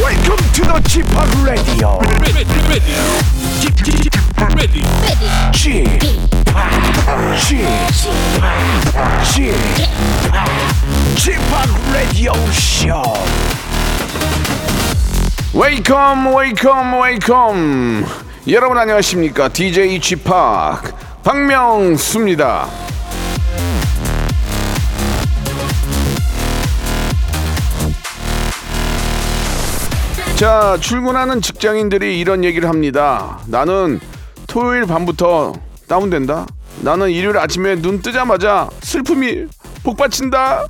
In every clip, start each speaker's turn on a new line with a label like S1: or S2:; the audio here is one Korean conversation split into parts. S1: Welcome to the Chip Radio.
S2: ready, ready, Chip, chip, chip, ready,
S1: Chip, Chip, Chip, Chip Radio Show. Welcome, welcome, welcome. 여러분 안녕하십니까? DJ Chip 박명수입니다. 자, 출근하는 직장인들이 이런 얘기를 합니다. 나는 토요일 밤부터 다운된다. 나는 일요일 아침에 눈 뜨자마자 슬픔이 복받친다.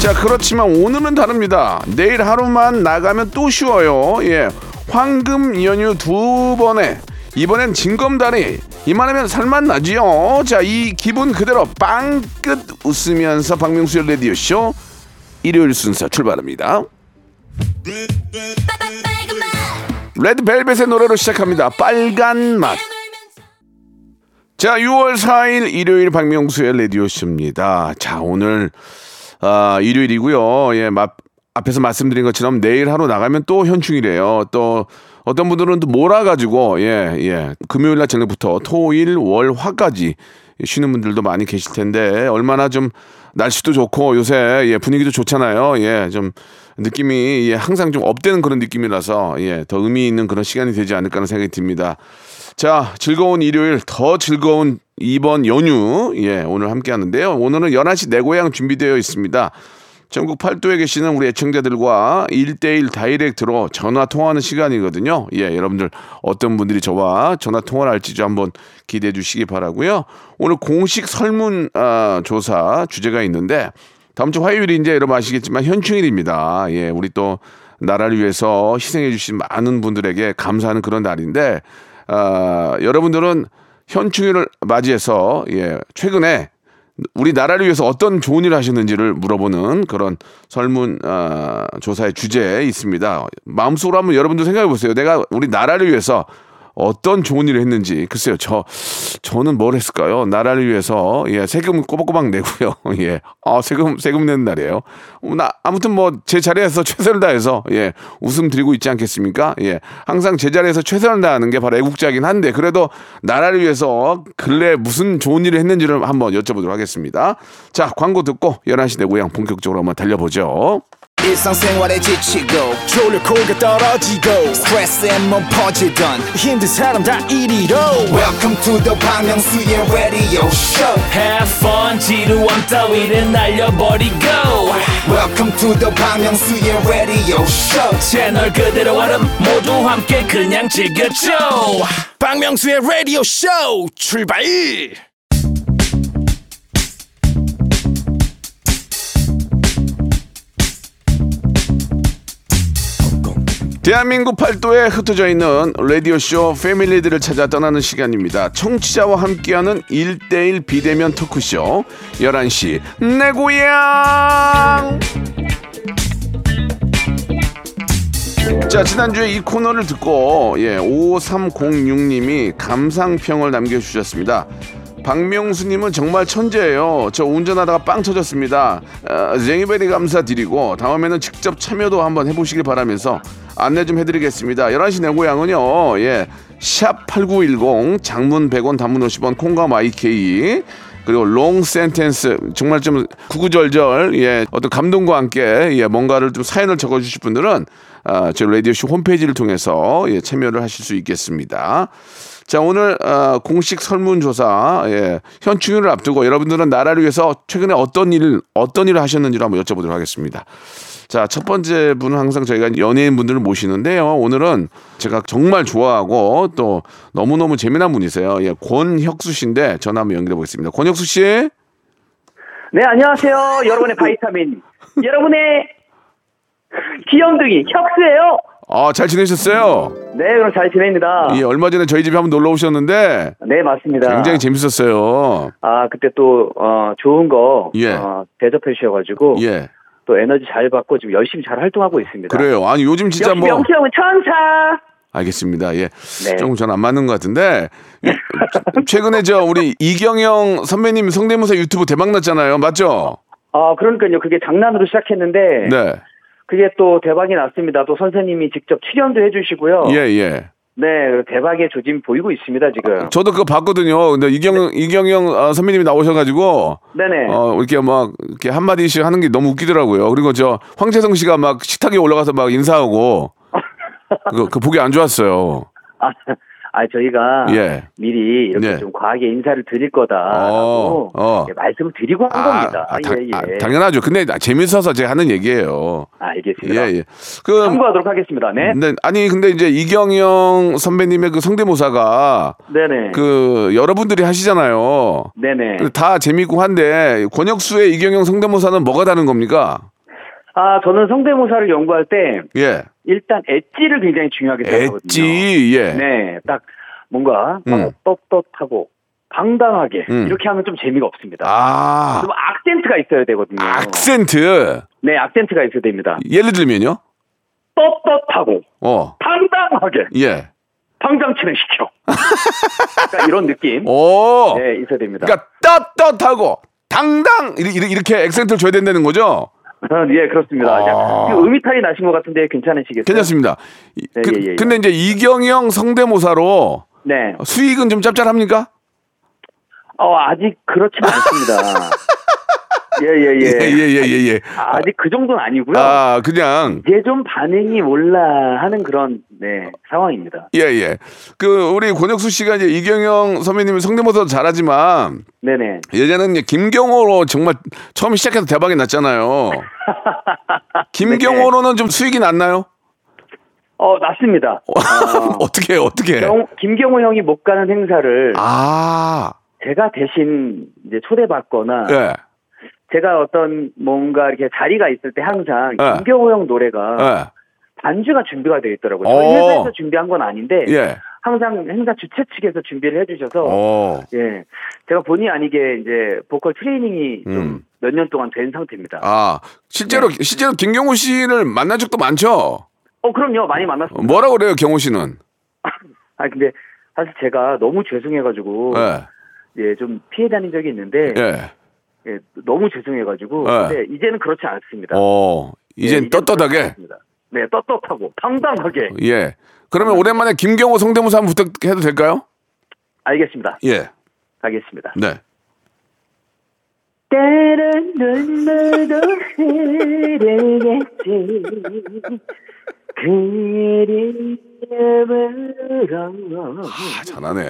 S1: 자, 그렇지만 오늘은 다릅니다. 내일 하루만 나가면 또 쉬어요. 예. 황금 연휴 두 번에 이번엔 진검다리 이만하면 살만 나지요. 자, 이 기분 그대로 빵끝 웃으면서 박명수의 라디오 쇼 일요일 순서 출발합니다. 레드벨벳의 노래로 시작합니다. 빨간 맛. 자, 6월 4일 일요일 박명수의 라디오 쇼입니다. 자, 오늘 아, 일요일이고요. 예, 마- 앞에서 말씀드린 것처럼 내일 하루 나가면 또 현충일이에요. 또 어떤 분들은 또 몰아가지고 예, 예. 금요일 날 저녁부터 토일, 월, 화까지 쉬는 분들도 많이 계실 텐데 얼마나 좀 날씨도 좋고 요새 예, 분위기도 좋잖아요. 예, 좀 느낌이 예, 항상 좀 업되는 그런 느낌이라서 예, 더 의미 있는 그런 시간이 되지 않을까 하는 생각이 듭니다. 자, 즐거운 일요일, 더 즐거운 이번 연휴, 예, 오늘 함께 하는데요. 오늘은 11시 내 고향 준비되어 있습니다. 전국 팔도에 계시는 우리 애청자들과 1대1 다이렉트로 전화 통화하는 시간이거든요. 예, 여러분들 어떤 분들이 저와 전화 통화를 할지 좀 한번 기대해 주시기 바라고요. 오늘 공식 설문 아, 조사 주제가 있는데 다음 주 화요일이 이제 여러분 아시겠지만 현충일입니다. 예, 우리 또 나라를 위해서 희생해 주신 많은 분들에게 감사하는 그런 날인데 아, 여러분들은 현충일을 맞이해서 예, 최근에 우리 나라를 위해서 어떤 좋은 일을 하셨는지를 물어보는 그런 설문 아, 조사의 주제에 있습니다. 마음속으로 한번 여러분들 생각해 보세요. 내가 우리 나라를 위해서 어떤 좋은 일을 했는지 글쎄요 저 저는 뭘 했을까요 나라를 위해서 예 세금 꼬박꼬박 내고요 예아 세금 세금 내는 날이에요 어, 나 아무튼 뭐 제 자리에서 최선을 다해서 예 웃음 드리고 있지 않겠습니까 예 항상 제 자리에서 최선을 다하는 게 바로 애국자긴 한데 그래도 나라를 위해서 근래 무슨 좋은 일을 했는지를 한번 여쭤보도록 하겠습니다 자 광고 듣고 11시 내 고향 본격적으로 한번 달려보죠.
S3: 일상생활에 지치고, 졸려 코가 떨어지고, 스트레스에 몸 퍼지던, 힘든 사람 다 이리로. welcome to the Bang Myung-soo's radio show
S4: Have fun 지루함 따위를 날려버리고
S3: welcome to the Bang Myung-soo's radio show
S4: 채널 그대로 와름 모두 함께 그냥 즐겨줘
S3: 박명수의 라디오 쇼 출발
S1: 대한민국 팔도에 흩어져 있는 라디오쇼 패밀리들을 찾아 떠나는 시간입니다. 청취자와 함께하는 1대1 비대면 토크쇼 11시 내 고향 자 지난주에 이 코너를 듣고 예, 5306님이 감상평을 남겨주셨습니다. 박명수님은 정말 천재예요. 저 운전하다가 빵 터졌습니다. 어, 쟁이베리 감사드리고 다음에는 직접 참여도 한번 해보시길 바라면서 안내 좀 해드리겠습니다. 11시 내 고향은요. 예, 샵8910 장문 100원 단문 50원 콩과 마이케이 그리고 롱 센텐스 정말 좀 구구절절 예 어떤 감동과 함께 예 뭔가를 좀 사연을 적어주실 분들은 아, 저희 라디오 쇼 홈페이지를 통해서 예 참여를 하실 수 있겠습니다. 자 오늘 아, 공식 설문조사 예, 현충일을 앞두고 여러분들은 나라를 위해서 최근에 어떤 일 어떤 일을 하셨는지를 한번 여쭤보도록 하겠습니다. 자, 첫 번째 분은 항상 저희가 연예인 분들을 모시는데요. 오늘은 제가 정말 좋아하고 또 너무너무 재미난 분이세요. 예, 권혁수 씨인데 전화 한번 연결해 보겠습니다. 권혁수 씨.
S5: 네, 안녕하세요.
S1: 네.
S5: 여러분의 바이타민. 여러분의 귀염둥이 혁수예요.
S1: 아, 잘 지내셨어요?
S5: 네, 그럼 잘 지냅니다.
S1: 예, 얼마 전에 저희 집에 한번 놀러 오셨는데
S5: 네, 맞습니다.
S1: 굉장히 재밌었어요.
S5: 아, 그때 또 어, 좋은 거
S1: 예.
S5: 어, 대접해 주셔 가지고
S1: 예.
S5: 또 에너지 잘 받고 지금 열심히 잘 활동하고 있습니다.
S1: 그래요. 아니, 요즘 진짜
S5: 역시
S1: 뭐
S5: 명수 형은 천사.
S1: 알겠습니다. 예.
S5: 네.
S1: 조금 전 안 맞는 것 같은데. 최근에 저 우리 이경영 선배님 성대모사 유튜브 대박 났잖아요. 맞죠?
S5: 아, 그러니까요. 그게 장난으로 시작했는데
S1: 네.
S5: 그게 또 대박이 났습니다. 또 선생님이 직접 출연도 해주시고요.
S1: 예, 예.
S5: 네, 대박의 조짐 보이고 있습니다 지금.
S1: 저도 그거 봤거든요. 근데 이경, 이경영 아, 선배님이 나오셔가지고.
S5: 네네.
S1: 어, 이렇게 막, 이렇게 한마디씩 하는 게 너무 웃기더라고요. 그리고 저 황재성 씨가 막 식탁에 올라가서 막 인사하고. 그, 그 보기 안 좋았어요.
S5: 아, 아, 저희가
S1: 예.
S5: 미리 이렇게
S1: 네.
S5: 좀 과하게 인사를 드릴 거다라고
S1: 어, 어.
S5: 예, 말씀을 드리고 한 겁니다.
S1: 아, 당,
S5: 예, 예.
S1: 아, 당연하죠. 근데 나- 재밌어서 제가 하는 얘기예요. 예, 음,
S5: 알겠습니다.
S1: 예. 그,
S5: 참고하도록 하겠습니다. 네.
S1: 근데, 아니, 근데 이제 이경영 선배님의 그 성대모사가
S5: 네네.
S1: 그 여러분들이 하시잖아요.
S5: 네네.
S1: 근데 다 재밌고 한데 권혁수의 이경영 성대모사는 뭐가 다른 겁니까?
S5: 아, 저는 성대모사를 연구할 때
S1: 예.
S5: 일단 엣지를 굉장히 중요하게 생각하거든요.
S1: 엣지 예.
S5: 네, 딱 뭔가
S1: 음.
S5: 떳떳하고 당당하게
S1: 음.
S5: 이렇게 하면 좀 재미가 없습니다.
S1: 아
S5: 좀 악센트가 있어야 되거든요.
S1: 악센트
S5: 네, 악센트가 있어야 됩니다.
S1: 예를 들면요.
S5: 떳떳하고
S1: 어
S5: 당당하게
S1: 예.
S5: 당장치는 시켜. 그러니까 이런 느낌.
S1: 어. 오.
S5: 네, 있어야 됩니다.
S1: 그러니까 떳떳하고 당당 이리- 이리- 이렇게 액센트를 줘야 된다는 거죠.
S5: 예, 그렇습니다.
S1: 아.
S5: 그 음이탈이 나신 것 같은데 괜찮으시겠어요?
S1: 괜찮습니다. 이-
S5: 네,
S1: 그,
S5: 예, 예, 예.
S1: 근데 이제 이경영 성대모사로
S5: 네.
S1: 수익은 좀 짭짤합니까?
S5: 어, 아직 그렇진 않습니다. 예, 예, 예.
S1: 예예예 예. 예.
S5: 아, 아직 그 정도는 아니고요.
S1: 아 그냥
S5: 이제 좀 반응이 올라 하는 그런 네 상황입니다.
S1: 예 예. 그 우리 권혁수 씨가 이제 이경영 선배님이 성대모사도 잘하지만
S5: 네네.
S1: 예전에는 이제 김경호로 정말 처음 시작해서 대박이 났잖아요. 김경호로는 좀 수익이 났나요?
S5: 어 맞습니다. 어,
S1: 어떻게 해요? 어떻게 해요?
S5: 경- 김경호 형이 못 가는 행사를
S1: 네. 아,
S5: 제가 대신 이제 초대받거나
S1: 예,
S5: 제가 어떤 뭔가 이렇게 자리가 있을 때 항상
S1: 예.
S5: 김경호 형 노래가
S1: 예,
S5: 반주가 준비가 되어 있더라고요.
S1: 어.
S5: 저희 회사에서 준비한 건 아닌데
S1: 예. 어.
S5: 항상 행사 주최 측에서 준비를 해주셔서
S1: 오,
S5: 예 제가 본의 아니게 이제 보컬 트레이닝이
S1: 음.
S5: 좀 몇 년 동안 된 상태입니다.
S1: 아, 실제로
S5: 네.
S1: 실제로 김경호 씨를 만난 적도 많죠.
S5: 어 그럼요 많이 만났어요.
S1: 뭐라고 그래요, 경호 씨는?
S5: 아 근데 사실 제가 너무 죄송해가지고
S1: 예,
S5: 예 좀 피해 다닌 적이 있는데
S1: 예.
S5: 예, 너무 죄송해가지고
S1: 예.
S5: 근데 이제는 그렇지 않습니다.
S1: 오, 어,
S5: 예,
S1: 이젠
S5: 그렇지
S1: 떳떳하게.
S5: 않습니다. 네 떳떳하고 당당하게
S1: 예. 그러면
S5: 네.
S1: 오랜만에 김경호 성대모사 한번 부탁해도 될까요?
S5: 알겠습니다.
S1: 예,
S5: 가겠습니다.
S1: 네.
S5: 때론 눈물도 흐르겠지 그리움으로
S1: 아, 잘하네.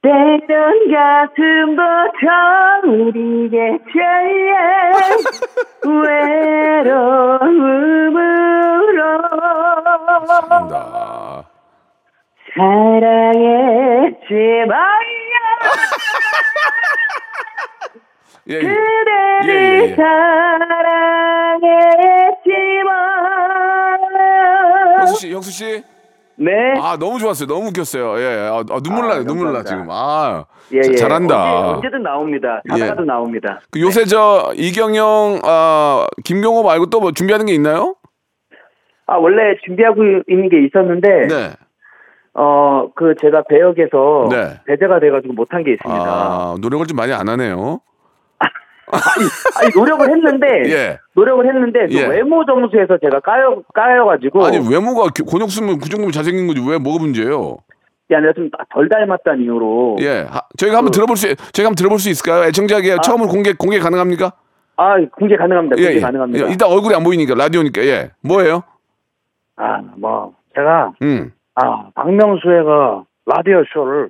S5: 때론 가슴도 저리겠지 외로움으로
S1: 잘한다.
S5: 사랑했지 마야
S1: 예, 예.
S5: 그대를
S1: 예, 예.
S5: 사랑했지만
S1: 형수 씨, 형수 씨.
S5: 네.
S1: 아 너무 좋았어요. 너무 웃겼어요. 예, 아, 아, 눈물
S5: 아,
S1: 나요. 눈물 나
S5: 감사합니다.
S1: 지금. 아,
S5: 예,
S1: 자-
S5: 예.
S1: 잘한다.
S5: 언제, 든 나옵니다.
S1: 예.
S5: 하다가도 나옵니다.
S1: 그 요새 저 이경영, 아 김경호 말고 또 뭐 준비하는 게 있나요?
S5: 아, 원래 준비하고 있는 게 있었는데,
S1: 네.
S5: 어, 그 제가 배역에서
S1: 네.
S5: 배제가 돼가지고 못한 게 있습니다. 아...
S1: 아 노력을 좀 많이 안 하네요.
S5: 니 노력을 했는데,
S1: 예.
S5: 노력을 했는데, 또
S1: 예.
S5: 외모 점수에서 제가 까여, 까여가지고,
S1: 아니 외모가 기- 권혁수면 그 정도면 잘생긴 거지 왜 뭐가 문제예요?
S5: 이 아니라 좀 덜 닮았다는 이유로,
S1: 예, 하- 저희가 한번
S5: 그-
S1: 들어볼 수, 저희가 한번 들어볼 수 있을까요? 애청자에게 처음으로 공개 공개 가능합니까?
S5: 아, 공개 가능합니다. 공개 가능합니다.
S1: 예, 일단 얼굴이 안 보이니까 라디오니까 예, 뭐예요?
S5: 아, 뭐, 제가,
S1: 음,
S5: 아, 박명수애가 라디오 쇼를,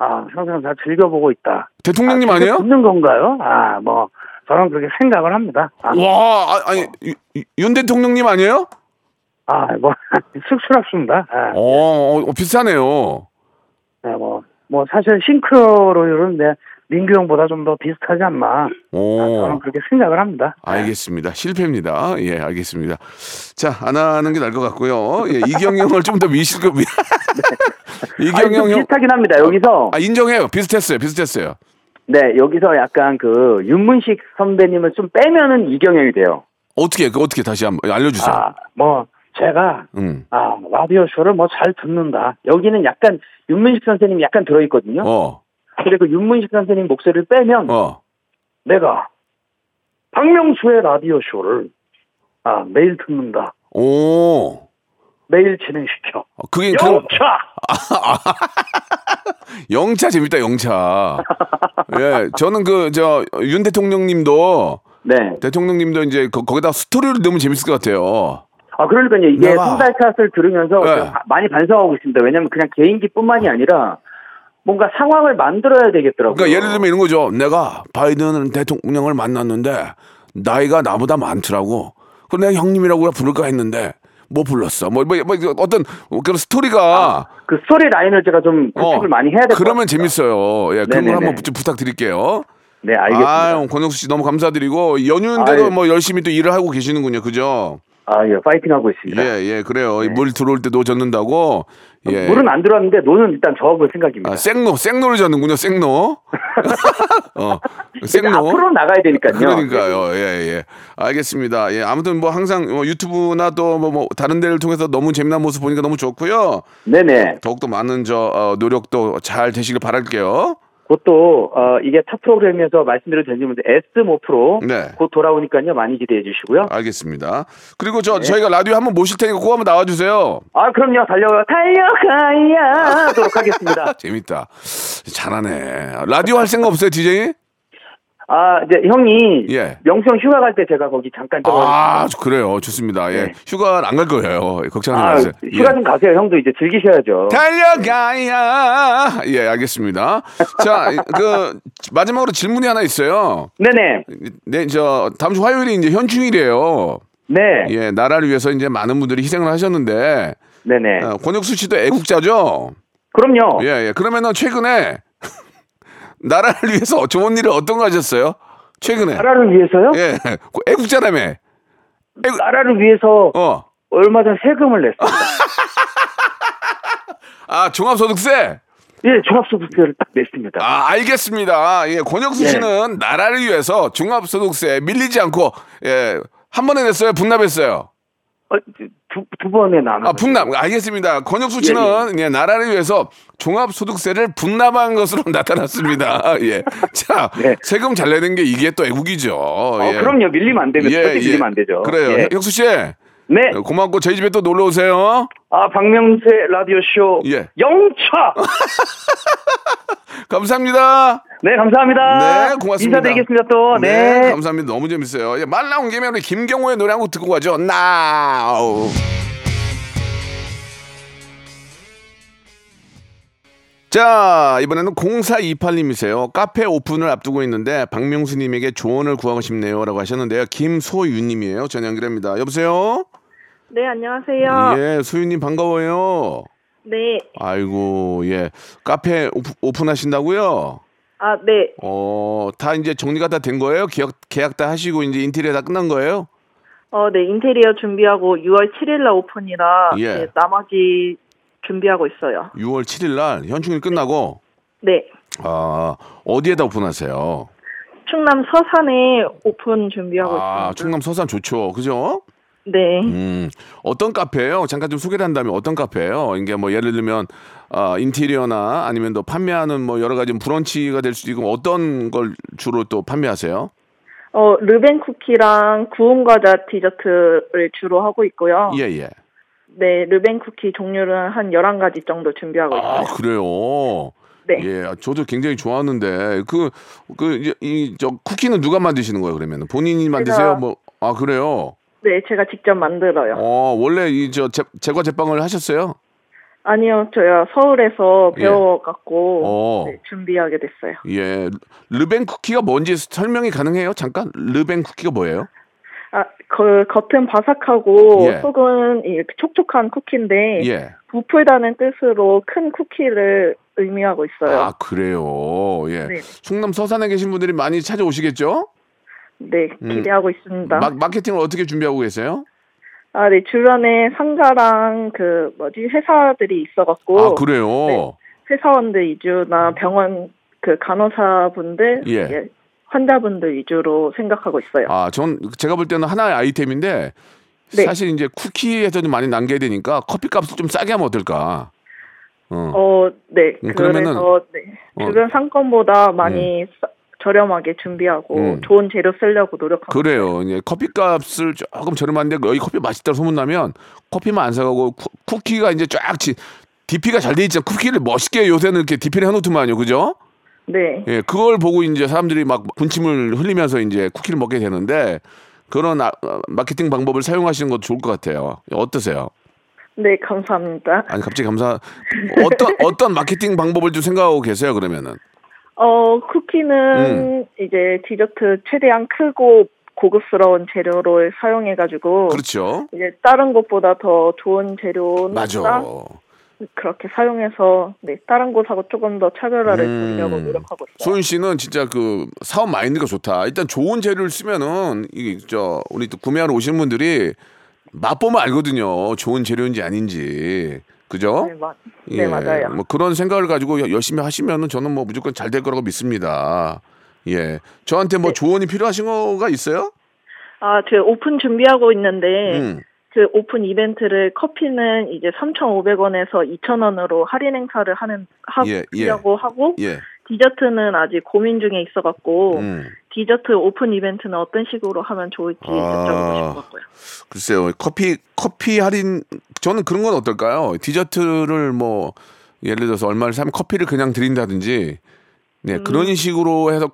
S5: 아, 항상 잘 즐겨보고 있다.
S1: 대통령님 아, 니에요
S5: 듣는 건가요? 아, 뭐, 저는 그렇게 생각을 합니다. 아,
S1: 와, 아, 아니 유- 유- 윤 대통령님 아니에요?
S5: 아, 뭐, 쑥스럽습니다. 아,
S1: 어, 어, 비슷하네요.
S5: 네, 뭐, 뭐, 사실 싱크로율은 내 민규 형보다 좀 더 비슷하지 않나. 아, 저는
S1: 오,
S5: 그렇게 생각을 합니다.
S1: 아, 알겠습니다. 실패입니다. 예, 알겠습니다. 자, 안 하는 게 나을 것 같고요. 예, 이경영을 좀 더 미실 겁니다.
S5: 아니, 좀
S1: 이경영 형.
S5: 비슷하긴 합니다. 여기서,
S1: 아, 인정해요. 비슷했어요. 비슷했어요.
S5: 네, 여기서 약간 그, 윤문식 선배님을 좀 빼면은 이경영이 돼요.
S1: 어떻게, 그 어떻게 다시 한번 알려주세요.
S5: 아, 뭐, 제가,
S1: 음.
S5: 아, 라디오 쇼를 뭐 잘 듣는다. 여기는 약간, 윤문식 선생님이 약간 들어있거든요.
S1: 어,
S5: 근데 그 윤문식 선생님 목소리를 빼면,
S1: 어.
S5: 내가 박명수의 라디오 쇼를 아 매일 듣는다.
S1: 오. 아,
S5: 매일 진행시켜.
S1: 그게 그럼
S5: 영차.
S1: 영차 재밌다 영차. 예, 저는 그 저 윤 대통령님도
S5: 네.
S1: 대통령님도 이제 거, 거기다 스토리를 넣으면 재밌을 것 같아요.
S6: 아, 그러니까요. 이게
S1: 나가.
S6: 송달탓을 들으면서
S1: 네.
S6: 제가 많이 반성하고 있습니다. 왜냐면 그냥 개인기뿐만이 아니라 뭔가 상황을 만들어야 되겠더라고요.
S1: 그러니까 예를 들면 이런 거죠. 내가 바이든 대통령을 만났는데 나이가 나보다 많더라고. 그럼 내가 형님이라고 부를까 했는데 못 불렀어. 뭐, 뭐, 뭐 어떤 그런 스토리가 어,
S6: 그 스토리 라인을 제가 좀 구축을 많이 해야 될 것 같아요.
S1: 그러면 재밌어요. 예, 그런 걸
S6: 네네네.
S1: 한번 좀 부탁드릴게요.
S6: 네, 알겠습니다.
S1: 아유, 권혁수 씨 너무 감사드리고 연휴인데도
S6: 아유.
S1: 뭐 열심히 또 일을 하고 계시는군요. 그죠?
S6: 아, 예, 파이팅하고 있습니다.
S1: 예, 예, 그래요. 이물 들어올 때도 젖는다고. 예.
S6: 네. 아, 물은 안 들어왔는데 노는 일단 저어볼 생각입니다.
S1: 아, 생노, 생노를 젖는군요. 생노. 어,
S6: 이제 앞으로 나가야 되니까요.
S1: 그러니까요. 예, 예. 알겠습니다. 예, 아무튼 뭐 항상 뭐 유튜브나 또 뭐 다른 데를 통해서 너무 재미난 모습 보니까 너무 좋고요.
S6: 네네.
S1: 더욱더 많은 저 어, 노력도 잘 되시길 바랄게요.
S6: 그것도 어, 이게 타 프로그램에서 말씀드려도 되는지 모르는데 S 모프로
S1: 네.
S6: 곧 돌아오니까요. 많이 기대해 주시고요.
S1: 알겠습니다.
S6: 네.
S1: 그리고 저 저희가 라디오 한번 모실 테니까 꼭 한번 나와 주세요.
S6: 아, 그럼요. 달려요. 달려가야 하도록 하겠습니다.
S1: 재밌다. 잘하네. 라디오 할 생각 없어요, DJ?
S6: 아, 이제 형이
S1: 예.
S6: 명수 형 휴가 갈 때 제가 거기 잠깐 좀
S1: 아, 그래요. 좋습니다. 예.
S6: 네.
S1: 휴가 안 갈 거예요. 걱정하지
S6: 아,
S1: 마세요. 예.
S6: 휴가 좀 가세요. 형도 이제 즐기셔야죠.
S1: 달려가야. 예, 알겠습니다. 자, 그 마지막으로 질문이 하나 있어요.
S6: 네네.
S1: 네, 저 다음 주 화요일이 이제 현충일이에요.
S6: 네.
S1: 예, 나라를 위해서 이제 많은 분들이 희생을 하셨는데
S6: 네네.
S1: 어, 권혁수 씨도 애국자죠.
S6: 그럼요.
S1: 예, 예. 그러면은 최근에 나라를 위해서 좋은 일을 어떤 거 하셨어요? 최근에
S6: 나라를 위해서요?
S1: 예, 그 애국자라며.
S6: 나라를 위해서
S1: 어,
S6: 얼마 전 세금을 냈어요.
S1: 아 종합소득세.
S6: 예, 종합소득세를 딱 냈습니다.
S1: 아, 알겠습니다. 예, 권혁수
S6: 예.
S1: 씨는 나라를 위해서 종합소득세 밀리지 않고 예, 한 번에 냈어요. 분납했어요.
S6: 어, 두, 두 번에 나눠.
S1: 아, 분납. 알겠습니다. 권혁수 씨는 예, 나라를 위해서 종합소득세를 분납한 것으로 나타났습니다. 예. 자,
S6: 네.
S1: 세금 잘 내는 게 이게 또 애국이죠. 예.
S6: 어, 그럼요. 밀리면 안 되면 절대 밀리면 안 되죠.
S1: 그래요.
S6: 예.
S1: 혁수 씨.
S6: 네.
S1: 고맙고 저희 집에 또 놀러 오세요.
S6: 아, 박명수의 라디오쇼.
S1: 예.
S6: 영차!
S1: 감사합니다.
S6: 네, 감사합니다.
S1: 네, 고맙습니다.
S6: 인사드리겠습니다, 또.
S1: 네,
S6: 네.
S1: 감사합니다. 너무 재밌어요. 예, 말 나온 김에 우리 김경호의 노래 한 곡 듣고 가죠. 나우. 자, 이번에는 0428님이세요. 카페 오픈을 앞두고 있는데 박명수님에게 조언을 구하고 싶네요. 라고 하셨는데요. 김소유님이에요. 전화 연결합니다. 여보세요?
S7: 네, 안녕하세요.
S1: 예, 소유님 반가워요.
S7: 네.
S1: 아이고, 예. 카페 오프- 오픈하신다고요?
S7: 아, 네.
S1: 어, 다 이제 정리가 다 된 거예요? 계약, 계약 다 하시고 이제 인테리어 다 끝난 거예요?
S7: 어, 네. 인테리어 준비하고 6월 7일 날 오픈이라
S1: 예.
S7: 네, 나머지 준비하고 있어요.
S1: 6월 7일 날 현충일 끝나고
S7: 네.
S1: 아, 어디에다 오픈하세요?
S7: 충남 서산에 오픈 준비하고
S1: 아,
S7: 있습니다.
S1: 충남 서산 좋죠. 그죠?
S7: 네.
S1: 음. 어떤 카페예요? 잠깐 좀 소개를 한다면 어떤 카페예요? 이게 뭐 예를 들면 아, 인테리어나 아니면 또 판매하는 뭐 여러 가지 브런치가 될 수도 있고 어떤 걸 주로 또 판매하세요?
S7: 어, 르벤 쿠키랑 구운 과자 디저트를 주로 하고 있고요.
S1: 예, 예.
S7: 네, 르벤 쿠키 종류는 한 11가지 정도 준비하고
S1: 아,
S7: 있어요.
S1: 그래요.
S7: 네.
S1: 예, 저도 굉장히 좋아하는데 그 그 이 저 쿠키는 누가 만드시는 거예요? 그러면 은 본인이 만드세요? 뭐 아 그래요?
S7: 네, 제가 직접 만들어요.
S1: 어 원래 이 저 제과 제빵을 하셨어요?
S7: 아니요, 저야 서울에서
S1: 예.
S7: 배워 갖고 네,
S1: 어.
S7: 준비하게 됐어요.
S1: 예, 르뱅 쿠키가 뭔지 설명이 가능해요? 잠깐 르뱅 쿠키가 뭐예요?
S7: 아, 그 겉은 바삭하고
S1: 예.
S7: 속은 이렇게 촉촉한 쿠키인데
S1: 예,
S7: 부풀다는 뜻으로 큰 쿠키를 의미하고 있어요.
S1: 아 그래요. 예,
S7: 네.
S1: 충남 서산에 계신 분들이 많이 찾아오시겠죠?
S7: 네,
S1: 음,
S7: 기대하고 있습니다.
S1: 마, 마케팅을 어떻게 준비하고 계세요?
S7: 아, 네, 주변에 상가랑 그 뭐지 회사들이 있어갖고
S1: 아 그래요.
S7: 네. 회사원들 위주나 병원 그 간호사분들,
S1: 음. 예.
S7: 환자분들 위주로 생각하고 있어요.
S1: 아, 전 제가 볼 때는 하나의 아이템인데
S7: 네.
S1: 사실 이제 쿠키에서 좀 많이 남겨야 되니까 커피 값을 좀 싸게 하면 어떨까? 어.
S7: 어, 네,
S1: 음,
S7: 그래서
S1: 그러면은-
S7: 네,
S1: 어.
S7: 주변 상권보다 많이 싸- 저렴하게 준비하고
S1: 음.
S7: 좋은 재료 쓰려고 노력하고
S1: 그래요. 이제 커피값을 조금 저렴한데 여기 커피 맛있다 고 소문나면 커피만 안 사가고 쿠, 쿠키가 이제 쫙 지, 디피가 잘 돼 있잖아. 쿠키를 멋있게 요새는 이렇게 디피를 해놓더만요, 그죠?
S7: 네.
S1: 예, 그걸 보고 이제 사람들이 막 군침을 흘리면서 이제 쿠키를 먹게 되는데 그런 아- 아, 마케팅 방법을 사용하시는 것도 좋을 것 같아요. 어떠세요?
S7: 네, 감사합니다.
S1: 아니 갑자기 감사 어떤 어떤 마케팅 방법을 좀 생각하고 계세요 그러면은
S7: 어,
S1: 음.
S7: 쿠키는 이제 디저트 최대한 크고 고급스러운 재료를 사용해가지고
S1: 그렇죠
S7: 이제 다른 것보다 더 좋은 재료나
S1: 맞아
S7: 그렇게 사용해서 네, 다른 곳하고 조금 더 차별화를
S1: 음.
S7: 주려고 노력하고 있어요.
S1: 소윤 씨는 진짜 그 사업 마인드가 좋다 일단 좋은 재료를 쓰면은 이저 우리 또 구매하러 오시는 분들이 맛보면 알거든요 좋은 재료인지 아닌지 그죠
S7: 네, 맞, 네 맞아요.
S1: 뭐 그런 생각을 가지고 여- 열심히 하시면은 저는 뭐 무조건 잘 될 거라고 믿습니다 예 저한테
S7: 네.
S1: 뭐 조언이 필요하신 거가 있어요
S7: 아, 그 오픈 준비하고 있는데
S1: 음.
S7: 그 오픈 이벤트를 커피는 이제 3,500원에서 2,000원으로 할인 행사를 하는 하,
S1: 예, 예.
S7: 려고 하고
S1: 예
S7: 디저트는 아직 고민 중에 있어 갖고
S1: 음.
S7: 디저트 오픈 이벤트는 어떤 식으로 하면 좋을지
S1: 아.
S7: 여쭤보고 싶었고요.
S1: 글쎄요 커피 커피 할인 저는 그런 건 어떨까요 디저트를 뭐 예를 들어서 얼마를 사면 커피를 그냥 드린다든지 네 그런 식으로 해서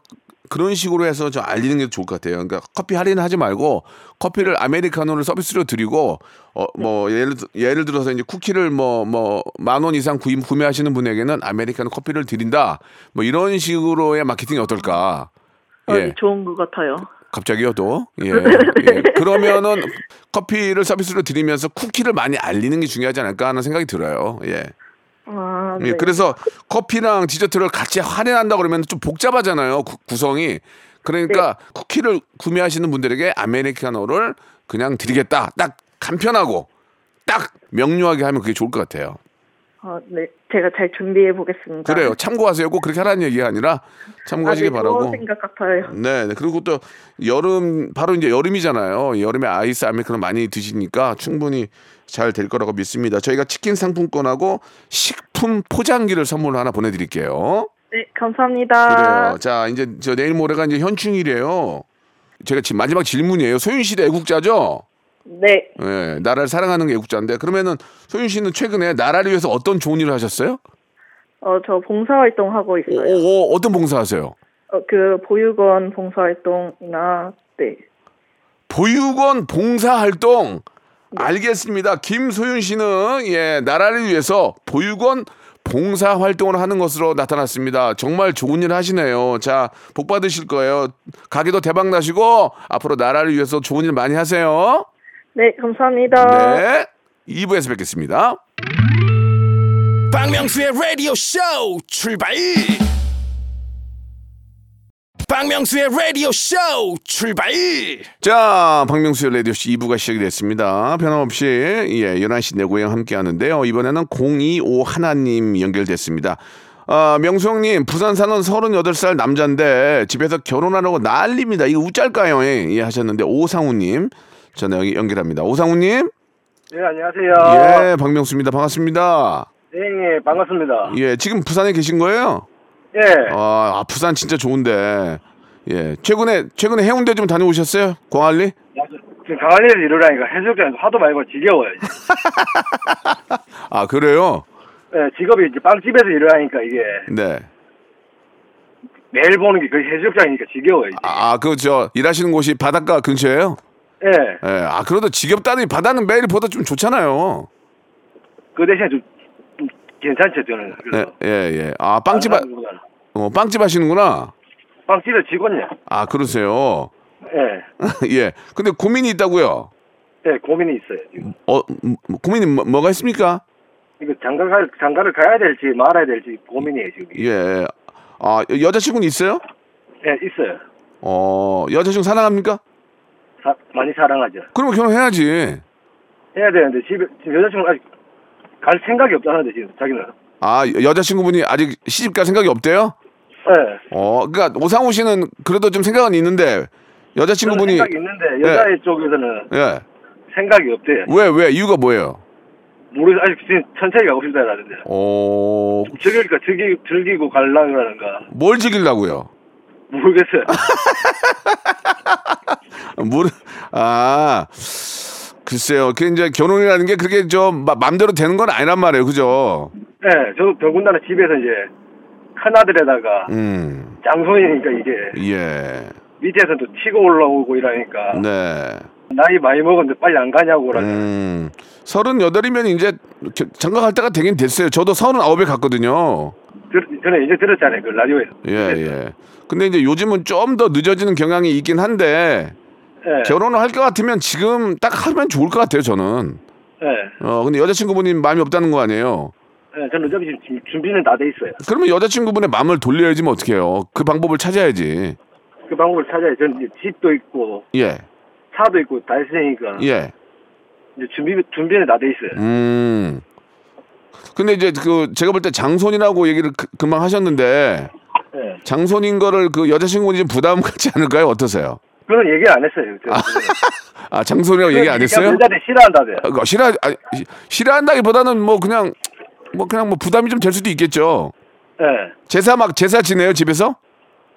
S1: 그런 식으로 해서 좀 알리는 게 좋을 것 같아요 그러니까 커피 할인하지 말고 커피를 아메리카노를 서비스로 드리고 어 뭐 예를 들- 예를 들어서 이제 쿠키를 뭐 뭐 만 원 이상 구입 구매하시는 분에게는 아메리카노 커피를 드린다 뭐 이런 식으로의 마케팅이 어떨까 예.
S7: 어, 좋은 것 같아요.
S1: 갑자기요 또 예.
S7: 네.
S1: 예. 그러면은 커피를 서비스로 드리면서 쿠키를 많이 알리는 게 중요하지 않을까 하는 생각이 들어요 예,
S7: 아,
S1: 예,
S7: 네.
S1: 그래서 커피랑 디저트를 같이 할인한다 그러면 좀 복잡하잖아요 구, 성이 그러니까
S7: 네.
S1: 쿠키를 구매하시는 분들에게 아메리카노를 그냥 드리겠다 딱 간편하고 딱 명료하게 하면 그게 좋을 것 같아요
S7: 아, 네. 제가 잘 준비해 보겠습니다.
S1: 그래요 참고하세요 꼭 그렇게 하라는 얘기가 아니라 참고하시기 바라고
S7: 아. 네, 좋은 생각 같아요.
S1: 네, 네. 그리고 또 여름 바로 이제 여름이잖아요. 여름에 아이스 아메리카노 많이 드시니까 충분히 잘 될 거라고 믿습니다. 저희가 치킨 상품권하고 식품 포장기를 선물로 하나 보내드릴게요.
S7: 네, 감사합니다.
S1: 그래요. 자, 이제 저 내일 모레가 이제 현충일이에요. 제가 지금 마지막 질문이에요. 소윤 씨도 애국자죠?
S7: 네.
S1: 예, 나라를 사랑하는 게 애국자인데 그러면은 소윤 씨는 최근에 나라를 위해서 어떤 좋은 일을 하셨어요?
S7: 어, 저 봉사활동 하고
S1: 오,
S7: 있어요.
S1: 오, 오, 어떤 봉사하세요?
S7: 어, 그 보육원 봉사활동이나 네.
S1: 보육원 봉사활동 알겠습니다. 김소윤 씨는 예 나라를 위해서 보육원 봉사활동을 하는 것으로 나타났습니다. 정말 좋은 일 하시네요. 자, 복 받으실 거예요. 가게도 대박 나시고 앞으로 나라를 위해서 좋은 일 많이 하세요.
S7: 네, 감사합니다.
S1: 네. 2부에서 뵙겠습니다.
S4: 박명수의 라디오 쇼 출발 박명수의 라디오 쇼 출발
S1: 자, 박명수의 라디오씨 2부가 시작이 됐습니다. 변함없이, 예, 11시 내 고향 함께 하는데요. 이번에는 025 하나님 연결됐습니다. 아, 명수 형님, 부산 사는 38살 남자인데 집에서 결혼하라고 난립니다. 이거 우짤까요? 예, 예, 하셨는데, 오상우님, 전화 연- 연결합니다. 오상우님?
S5: 네, 안녕하세요.
S1: 예, 박명수입니다. 반갑습니다.
S5: 네, 반갑습니다.
S1: 예, 지금 부산에 계신 거예요?
S5: 예.
S1: 아, 아, 부산 진짜 좋은데. 예, 최근에, 최근에 해운대 좀 다녀오셨어요? 광안리?
S5: 지금 강아지를 이러라니까 해수욕장에서 화도 말고 지겨워요. 이제.
S1: 아, 그래요?
S5: 예, 직업이 이제 빵집에서 일하니까 이게
S1: 네.
S5: 매일 보는 게 그 해수욕장이니까 지겨워요. 이제.
S1: 아, 그, 저, 일하시는 곳이 바닷가 근처예요?
S5: 예.
S1: 예. 아, 그래도 지겹다니 바다는 매일 보다 좀 좋잖아요.
S5: 그 대신에 좀, 좀 괜찮죠, 저는.
S1: 예,
S5: 그래서.
S1: 예, 예. 아, 빵집, 하,
S5: 다른 사람들보다는.
S1: 어, 빵집 하시는구나.
S5: 빵집에 직원이야.
S1: 아, 그러세요.
S5: 예.
S1: 예. 근데 고민이 있다고요?
S5: 예, 고민이 있어요. 지금.
S1: 어, 음, 고민이 뭐, 뭐가 있습니까?
S5: 이거 장가갈, 장가를 가야 될지 말아야 될지 고민이에요, 지금. 이게.
S1: 예. 아, 여- 여자친구는 있어요?
S5: 예, 있어요.
S1: 어, 여자친구 사랑합니까?
S5: 사- 많이 사랑하죠.
S1: 그러면 결혼해야지.
S5: 해야 되는데, 집에, 지금 여자친구는 아직 갈 생각이 없다는데, 지금 자기는.
S1: 아, 여- 여자친구분이 아직 시집 갈 생각이 없대요?
S5: 예.
S1: 어, 그니까, 오상우 씨는 그래도 좀 생각은 있는데,
S5: 저는
S1: 여자친구분이, 네.
S5: 생각이 있는데, 여자의 쪽에서는
S1: 예.
S5: 생각이 없대요.
S1: 왜, 왜, 이유가 뭐예요?
S5: 모르 아직 지금 천천히 가고 싶다라는데.
S1: 어,
S5: 즐길까, 즐기, 즐기고 갈라 그러는가.
S1: 뭘 즐기려고요?
S8: 모르겠어요.
S1: 물, 아, 글쎄요. 그 이제 결혼이라는 게 그렇게 좀 마- 맘대로 되는 건 아니란 말이에요. 그죠?
S5: 네, 저도 더군다나 집에서 이제 큰 아들에다가
S1: 음,
S5: 장손이니까 이게
S1: 예.
S5: 밑에서도 튀고 올라오고 이러니까
S1: 네.
S5: 나이 많이 먹었는데 빨리 안 가냐고 그러네.
S1: 음, 서른여덟이면 이제 겨- 장가 갈 때가 되긴 됐어요. 저도 서른아홉에 갔거든요.
S5: 들- 저는 이제 들었잖아요 그 라디오에서.
S1: 예, 예. 근데 이제 요즘은 좀 더 늦어지는 경향이 있긴 한데
S5: 예,
S1: 결혼을 할 것 같으면 지금 딱 하면 좋을 것 같아요, 저는.
S5: 예,
S1: 어, 근데 여자친구분이 마음이 없다는 거 아니에요?
S5: 예, 저는 어차피 지금 준- 준비는 다 돼 있어요.
S1: 그러면 여자친구분의 마음을 돌려야지 뭐 어떡해요. 그 방법을 찾아야지.
S5: 그 방법을 찾아야 저는 이제 집도 있고
S1: 예,
S5: 차도 있고 다 있으니까
S1: 예.
S5: 이제 준비 준비는 다 돼 있어요.
S1: 음. 근데 이제 그 제가 볼 때 장손이라고 얘기를 그, 금방 하셨는데
S5: 예.
S1: 장손인 거를 그 여자친구분이 좀 부담 갖지 않을까요? 어떠세요?
S5: 그건 얘기 안 했어요. 저,
S1: 아, 장손이라고 얘기 안 했어요?
S5: 여자들 싫어한다대요.
S1: 아, 그 싫어 아니, 시- 싫어한다기보다는 뭐 그냥 뭐 그냥 뭐 부담이 좀 될 수도 있겠죠.
S5: 예.
S1: 제사 막 제사 지내요 집에서?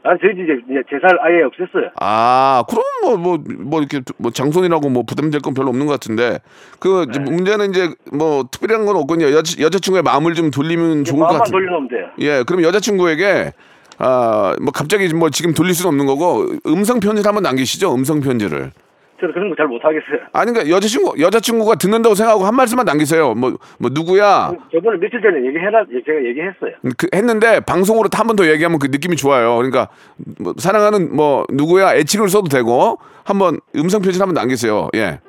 S5: 아니 저희 이제 이제 제사를 아예 없앴어요.
S1: 아 그럼 뭐 뭐 뭐 이렇게 뭐 장손이라고 뭐 부담될 건 별로 없는 것 같은데 그 이제
S5: 네.
S1: 문제는 이제 뭐 특별한 건 없군요. 여자 여자친구의 마음을 좀 돌리면 좋을 것
S5: 마음만
S1: 같은데.
S5: 돌려놓으면 돼요.
S1: 예, 그럼 여자친구에게 아 뭐 갑자기 뭐 지금 돌릴 수는 없는 거고 음성 편지를 한번 남기시죠. 음성 편지를.
S5: 저는 그런 거 잘 못하겠어요.
S1: 아니 그러니까 여자친구 여자친구가 듣는다고 생각하고 한 말씀만 남기세요. 뭐 뭐 누구야?
S5: 저번에 며칠 전에 얘기해라 제가 얘기했어요.
S1: 그 했는데 방송으로 한 번 더 얘기하면 그 느낌이 좋아요. 그러니까 뭐 사랑하는 뭐 누구야 애칭을 써도 되고 한번 음성 편지 를 한번 남기세요. 예.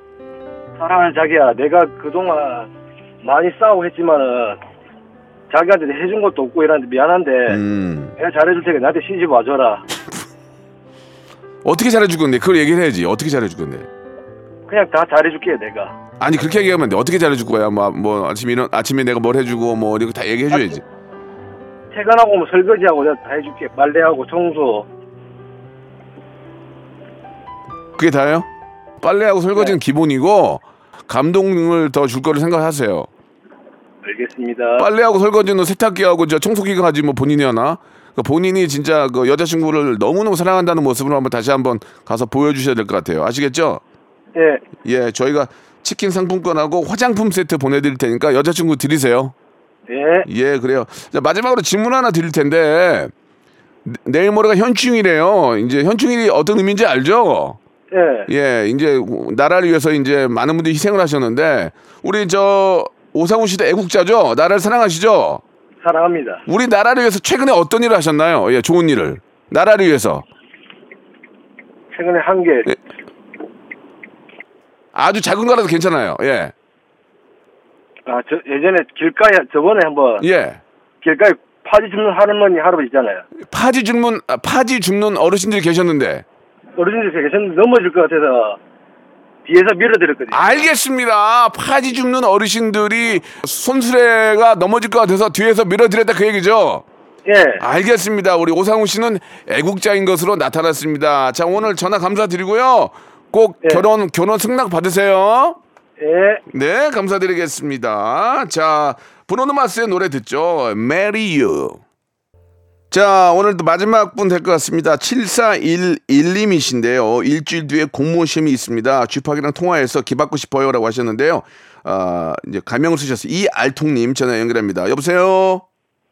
S5: 사랑하는 자기야, 내가 그동안 많이 싸우고 했지만은 자기한테 해준 것도 없고 이러는데 미안한데
S1: 음.
S5: 내가 잘해줄 테니까 나한테 시집 와줘라.
S1: 어떻게 잘해줄 건데 그걸 얘기를 해야지. 어떻게 잘해줄 건데.
S5: 그냥 다 잘해줄게 내가.
S1: 아니 그렇게 얘기하면 안 돼. 어떻게 잘해줄 거야? 뭐, 뭐 아침에 일어, 아침에 내가 뭘 해주고 뭐 이렇게 다 얘기해줘야지.
S5: 퇴근하고 뭐 설거지하고 내가 다 해줄게. 빨래하고 청소.
S1: 그게 다예요? 빨래하고 설거지는 기본이고 감동을 더 줄 거를 생각하세요.
S5: 알겠습니다.
S1: 빨래하고 설거지는 세탁기하고 저 청소기가 하지 뭐 본인이 하나? 그 본인이 진짜 그 여자친구를 너무너무 사랑한다는 모습으로 한번 다시 한번 가서 보여주셔야 될 것 같아요. 아시겠죠?
S5: 예,
S1: 예, 저희가 치킨 상품권하고 화장품 세트 보내드릴 테니까 여자친구 드리세요.
S5: 예.
S1: 예, 그래요. 자, 마지막으로 질문 하나 드릴 텐데 내- 내일 모레가 현충일이에요. 이제 현충일이 어떤 의미인지 알죠?
S5: 예,
S1: 예, 이제 나라를 위해서 이제 많은 분들이 희생을 하셨는데 우리 저 오상훈 씨도 애국자죠? 나라를 사랑하시죠?
S5: 사랑합니다.
S1: 우리 나라를 위해서 최근에 어떤 일을 하셨나요? 예, 좋은 일을. 나라를 위해서
S5: 최근에 한 게
S1: 예. 아주 작은 거라도 괜찮아요. 예,
S5: 아, 저 예전에 길가에 저번에 한번
S1: 예.
S5: 길가에 파지 줍는 할머니 할아버지 있잖아요.
S1: 파지 줍는 아, 파지 줍는 어르신들이 계셨는데
S5: 어르신들 되게 전 넘어질 것 같아서 뒤에서 밀어드렸거든요.
S1: 아, 알겠습니다. 파지 줍는 어르신들이 손수레가 넘어질 것 같아서 뒤에서 밀어드렸다 그 얘기죠.
S5: 예.
S1: 아. 알겠습니다. 우리 오상훈 씨는 애국자인 것으로 나타났습니다. 자, 오늘 전화 감사드리고요. 꼭
S5: 예.
S1: 결혼 결혼 승낙 받으세요.
S5: 예.
S1: 네, 감사드리겠습니다. 자, 브로노마스의 노래 듣죠. Marry You. 자, 오늘 또 마지막 분 될 것 같습니다. 7411님이신데요. 일주일 뒤에 공무원 시험이 있습니다. 쥐팍이랑 통화해서 기받고 싶어요. 라고 하셨는데요. 아, 이제 가명을 쓰셨어요. 이알통님 전화 연결합니다. 여보세요?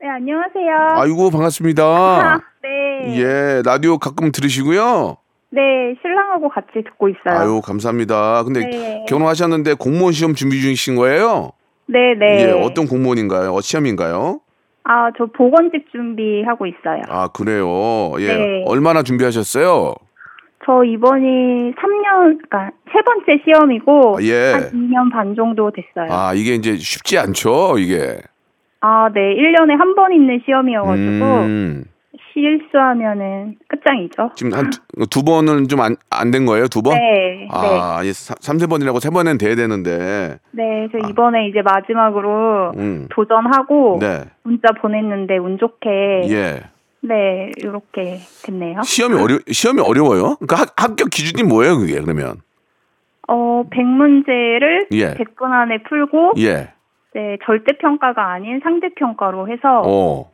S7: 네, 안녕하세요.
S1: 아이고, 반갑습니다.
S7: 네.
S1: 예, 라디오 가끔 들으시고요.
S7: 네, 신랑하고 같이 듣고 있어요.
S1: 아유, 감사합니다. 근데
S7: 네.
S1: 결혼하셨는데 공무원 시험 준비 중이신 거예요?
S7: 네, 네.
S1: 예, 어떤 공무원인가요? 어, 시험인가요?
S7: 아, 저 보건집 준비하고 있어요.
S1: 아, 그래요. 예.
S7: 네.
S1: 얼마나 준비하셨어요?
S7: 저 이번이 3년, 그러니까 세 번째 시험이고
S1: 아, 예.
S7: 한 2년 반 정도 됐어요. 아,
S1: 아, 이게 이제 쉽지 않죠, 이게.
S7: 네. 1년에 한 번 있는 시험이어가지고
S1: 음.
S7: 실수하면은 끝장이죠.
S1: 지금 한 두 번은 좀 안 안 된 거예요, 두 번?
S7: 네,
S1: 아, 예, 삼, 삼세 번이라고 세 번은 돼야 되는데.
S7: 네, 저 이번에 이제 마지막으로
S1: 아. 음.
S7: 도전하고
S1: 네.
S7: 문자 보냈는데 운 좋게
S1: 예.
S7: 네 이렇게 됐네요.
S1: 시험이 어려 시험이 어려워요? 그러니까 학, 합격 기준이 뭐예요, 그게 그러면?
S7: 어, 100문제를
S1: 예.
S7: 100분 안에 풀고
S1: 예.
S7: 네, 절대 평가가 아닌 상대 평가로 해서
S1: 어.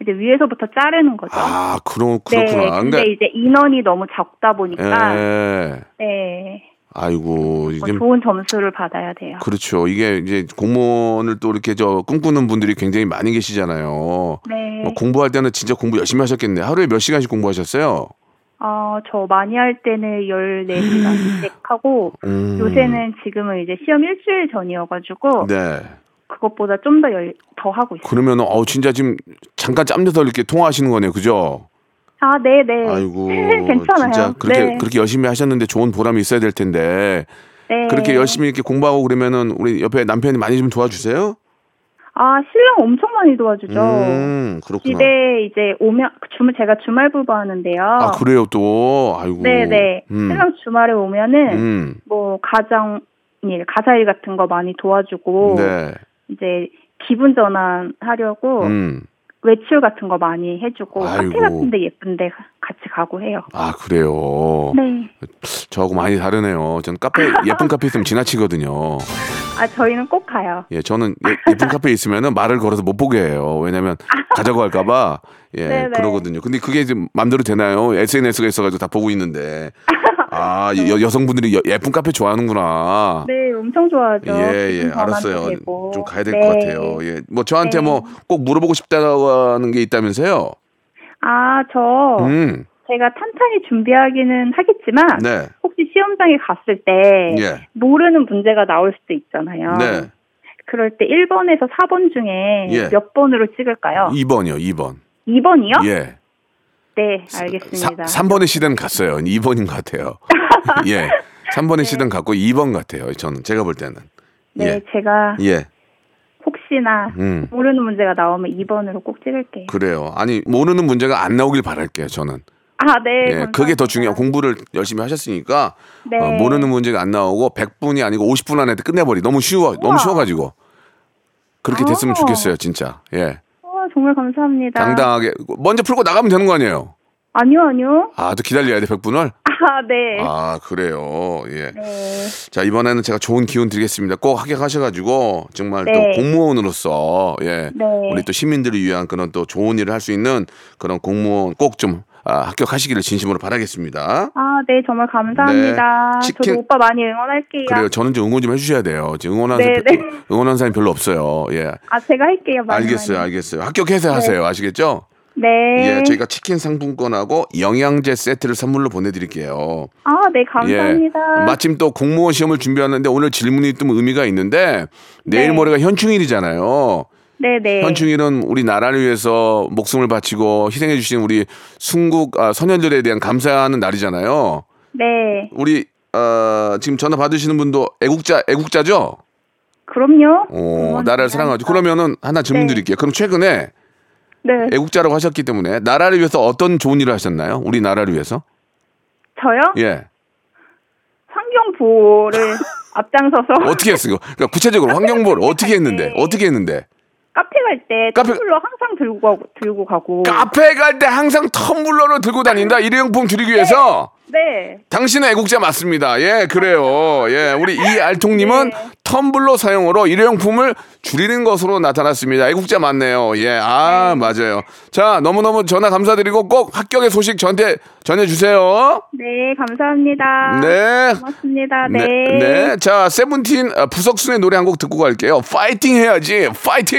S9: 이제 위에서부터 자르는 거죠.
S1: 아, 그런
S9: 네,
S1: 그렇구나.
S9: 근데 이제 인원이 너무 적다 보니까
S1: 예.
S9: 네,
S7: 어,
S1: 아이고,
S9: 뭐
S1: 이게
S9: 좋은 점수를 받아야 돼요.
S1: 그렇죠. 이게 이제 공무원을 또 이렇게 저 꿈꾸는 분들이 굉장히 많이 계시잖아요.
S9: 네,
S1: 뭐 공부할 때는 진짜 공부 열심히 하셨겠네. 하루에 몇 시간씩 공부하셨어요?
S9: 어, 저 많이 할 때는 14시간씩 하고
S1: 음.
S9: 요새는 지금은 이제 시험 일주일 전이어가지고
S1: 네.
S9: 그것보다 좀 더 더 하고 있어요.
S1: 그러면 어 진짜 지금 잠깐 짬내서 이렇게 통화하시는 거네요. 그죠?
S9: 아, 네, 네.
S1: 아이고.
S9: 괜찮아요.
S1: 진짜 그렇게
S9: 네.
S1: 그렇게 열심히 하셨는데 좋은 보람이 있어야 될 텐데.
S9: 네.
S1: 그렇게 열심히 이렇게 공부하고 그러면은 우리 옆에 남편이 많이 좀 도와주세요.
S9: 아, 신랑 엄청 많이 도와주죠.
S1: 음, 그렇구나.
S9: 집에 이제 오면 주말 제가 주말 부부하는데요.
S1: 아, 그래요, 또. 아이고.
S9: 네, 네.
S1: 음.
S9: 신랑 주말에 오면은
S1: 음.
S9: 뭐 가정 일, 가사 일 같은 거 많이 도와주고
S1: 네.
S9: 이제 기분 전환 하려고
S1: 음.
S9: 외출 같은 거 많이 해주고
S1: 아이고.
S9: 카페 같은데 예쁜데 같이 가고 해요.
S1: 아, 그래요.
S9: 네.
S1: 저하고 많이 다르네요. 전 카페 예쁜 카페 있으면 지나치거든요.
S9: 아 저희는 꼭 가요.
S1: 예, 저는 예, 쁜 카페에 있으면은 말을 걸어서 못 보게 해요. 왜냐면 가자고 할까봐 예
S9: 네네.
S1: 그러거든요. 근데 그게 지금 맘대로 되나요? SNS가 있어가지고 다 보고 있는데 아 여, 여성분들이 여- 예쁜 카페 좋아하는구나.
S9: 네, 엄청 좋아하죠.
S1: 예, 예,
S9: 기분 전환도
S1: 알았어요.
S9: 되고.
S1: 좀 가야 될
S9: 네.
S1: 것 같아요. 예, 뭐 저한테
S9: 네.
S1: 뭐 꼭 물어보고 싶다고 하는 게 있다면서요?
S9: 아, 저
S1: 음,
S9: 제가 탄탄히 준비하기는 하겠지만
S1: 네,
S9: 혹시 시험장에 갔을 때
S1: 예,
S9: 모르는 문제가 나올 수도 있잖아요.
S1: 네,
S9: 그럴 때 1번에서 4번 중에
S1: 예.
S9: 몇 번으로 찍을까요?
S1: 2번이요, 2번.
S9: 어. 2번이요?
S1: 예,
S9: 네,
S1: 사,
S9: 알겠습니다.
S1: 3번의 시대는 갔어요. 2번인 것 같아요. 예, 3번의 시대는 갔고 2번 같아요. 저는 제가 볼 때는.
S9: 네,
S1: 예.
S9: 제가
S1: 예.
S9: 혹시나
S1: 음.
S9: 모르는 문제가 나오면 2번으로 꼭 찍을게요.
S1: 그래요. 아니 모르는 문제가 안 나오길 바랄게요. 저는.
S9: 아, 네.
S1: 예,
S9: 감사합니다.
S1: 그게 더 중요해요. 공부를 열심히 하셨으니까
S9: 네.
S1: 어, 모르는 문제가 안 나오고 100분이 아니고 50분 안에 끝내버리. 너무 쉬워. 너무 쉬워가지고 그렇게 됐으면
S9: 아.
S1: 좋겠어요. 진짜. 예.
S9: 와, 어, 정말 감사합니다.
S1: 당당하게 먼저 풀고 나가면 되는 거 아니에요.
S9: 아니요, 아니요.
S1: 아, 또 기다려야 돼 100분을.
S9: 아, 네.
S1: 아, 그래요. 예.
S9: 네.
S1: 자 이번에는 제가 좋은 기운 드리겠습니다. 꼭 합격하셔가지고 정말
S9: 네.
S1: 또 공무원으로서 예
S9: 네.
S1: 우리 또 시민들을 위한 그런 또 좋은 일을 할 수 있는 그런 공무원 꼭 좀 아, 합격하시기를 진심으로 바라겠습니다.
S9: 아, 네, 정말 감사합니다.
S1: 네, 치킨-
S9: 저도 오빠 많이 응원할게요.
S1: 그래요. 저는 좀 응원 좀 해주셔야 돼요. 지금 응원하는
S9: 네,
S1: 사람, 별- 응원하는 사람이 별로 없어요. 예.
S9: 아, 제가 할게요. 많이
S1: 알겠어요,
S9: 많이.
S1: 알겠어요. 합격해서 하세요. 아시겠죠?
S9: 네.
S1: 예, 저희가 치킨 상품권하고 영양제 세트를 선물로 보내드릴게요.
S9: 아, 네, 감사합니다.
S1: 예. 마침 또 공무원 시험을 준비하는데 오늘 질문이 좀 의미가 있는데 내일
S9: 네.
S1: 모레가 현충일이잖아요.
S9: 네, 네.
S1: 현충일은 우리 나라를 위해서 목숨을 바치고 희생해 주신 우리 순국 아, 선현들에 대한 감사하는 날이잖아요.
S9: 네.
S1: 우리 어, 지금 전화 받으시는 분도 애국자 애국자죠?
S9: 그럼요.
S1: 오,
S9: 응원
S1: 나라를 사랑하죠. 그러면은 예. 하나 질문
S9: 네.
S1: 드릴게요. 그럼 최근에
S9: 네.
S1: 애국자라고 하셨기 때문에 나라를 위해서 어떤 좋은 일을 하셨나요? 우리 나라를 위해서?
S9: 저요?
S1: 예.
S9: 환경 보호를 앞장서서
S1: 어떻게 했어요? 그러니까 구체적으로 환경보를 어떻게
S9: 네.
S1: 했는데? 어떻게 했는데?
S9: 카페 갈때
S1: 카페-
S9: 텀블러 항상 들고 가고 들고 가고.
S1: 카페 갈 때 항상 텀블러를 들고 다닌다. 일회용품 줄이기 위해서.
S9: 네.
S1: 당신은 애국자 맞습니다. 예, 그래요. 네. 예, 우리 이 알통님은 텀블러 사용으로 일회용품을 줄이는 것으로 나타났습니다. 애국자 맞네요. 예, 아, 맞아요. 자, 너무너무 전화 감사드리고 꼭 합격의 소식 저한테 전해주세요.
S9: 네, 감사합니다.
S1: 네.
S9: 고맙습니다.
S1: 네.
S9: 네.
S1: 네. 자, 세븐틴 아, 부석순의 노래 한 곡 듣고 갈게요. 파이팅 해야지. 파이팅!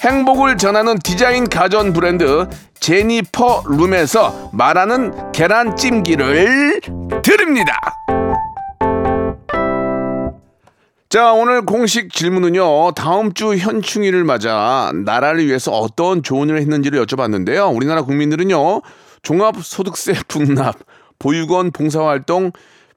S1: 행복을 전하는 디자인 가전 브랜드 제니퍼 룸에서 말하는 계란찜기를 드립니다. 자 오늘 공식 질문은요 다음 주 현충일을 맞아 나라를 위해서 어떤 조언을 했는지를 여쭤봤는데요 우리나라 국민들은요 종합소득세 분납 보육원 봉사활동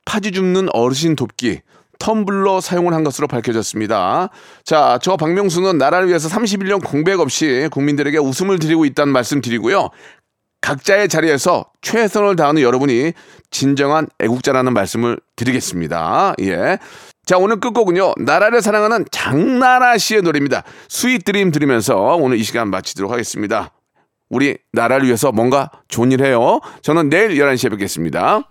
S1: 파지 줍는 어르신 돕기 텀블러 사용을 한 것으로 밝혀졌습니다. 자, 저 박명수는 나라를 위해서 31년 공백 없이 국민들에게 웃음을 드리고 있다는 말씀 드리고요. 각자의 자리에서 최선을 다하는 여러분이 진정한 애국자라는 말씀을 드리겠습니다. 예. 자, 오늘 끝곡은요. 나라를 사랑하는 장나라 씨의 노래입니다. 스윗 드림 들으면서 오늘 이 시간 마치도록 하겠습니다. 우리 나라를 위해서 뭔가 좋은 일 해요. 저는 내일 11시에 뵙겠습니다.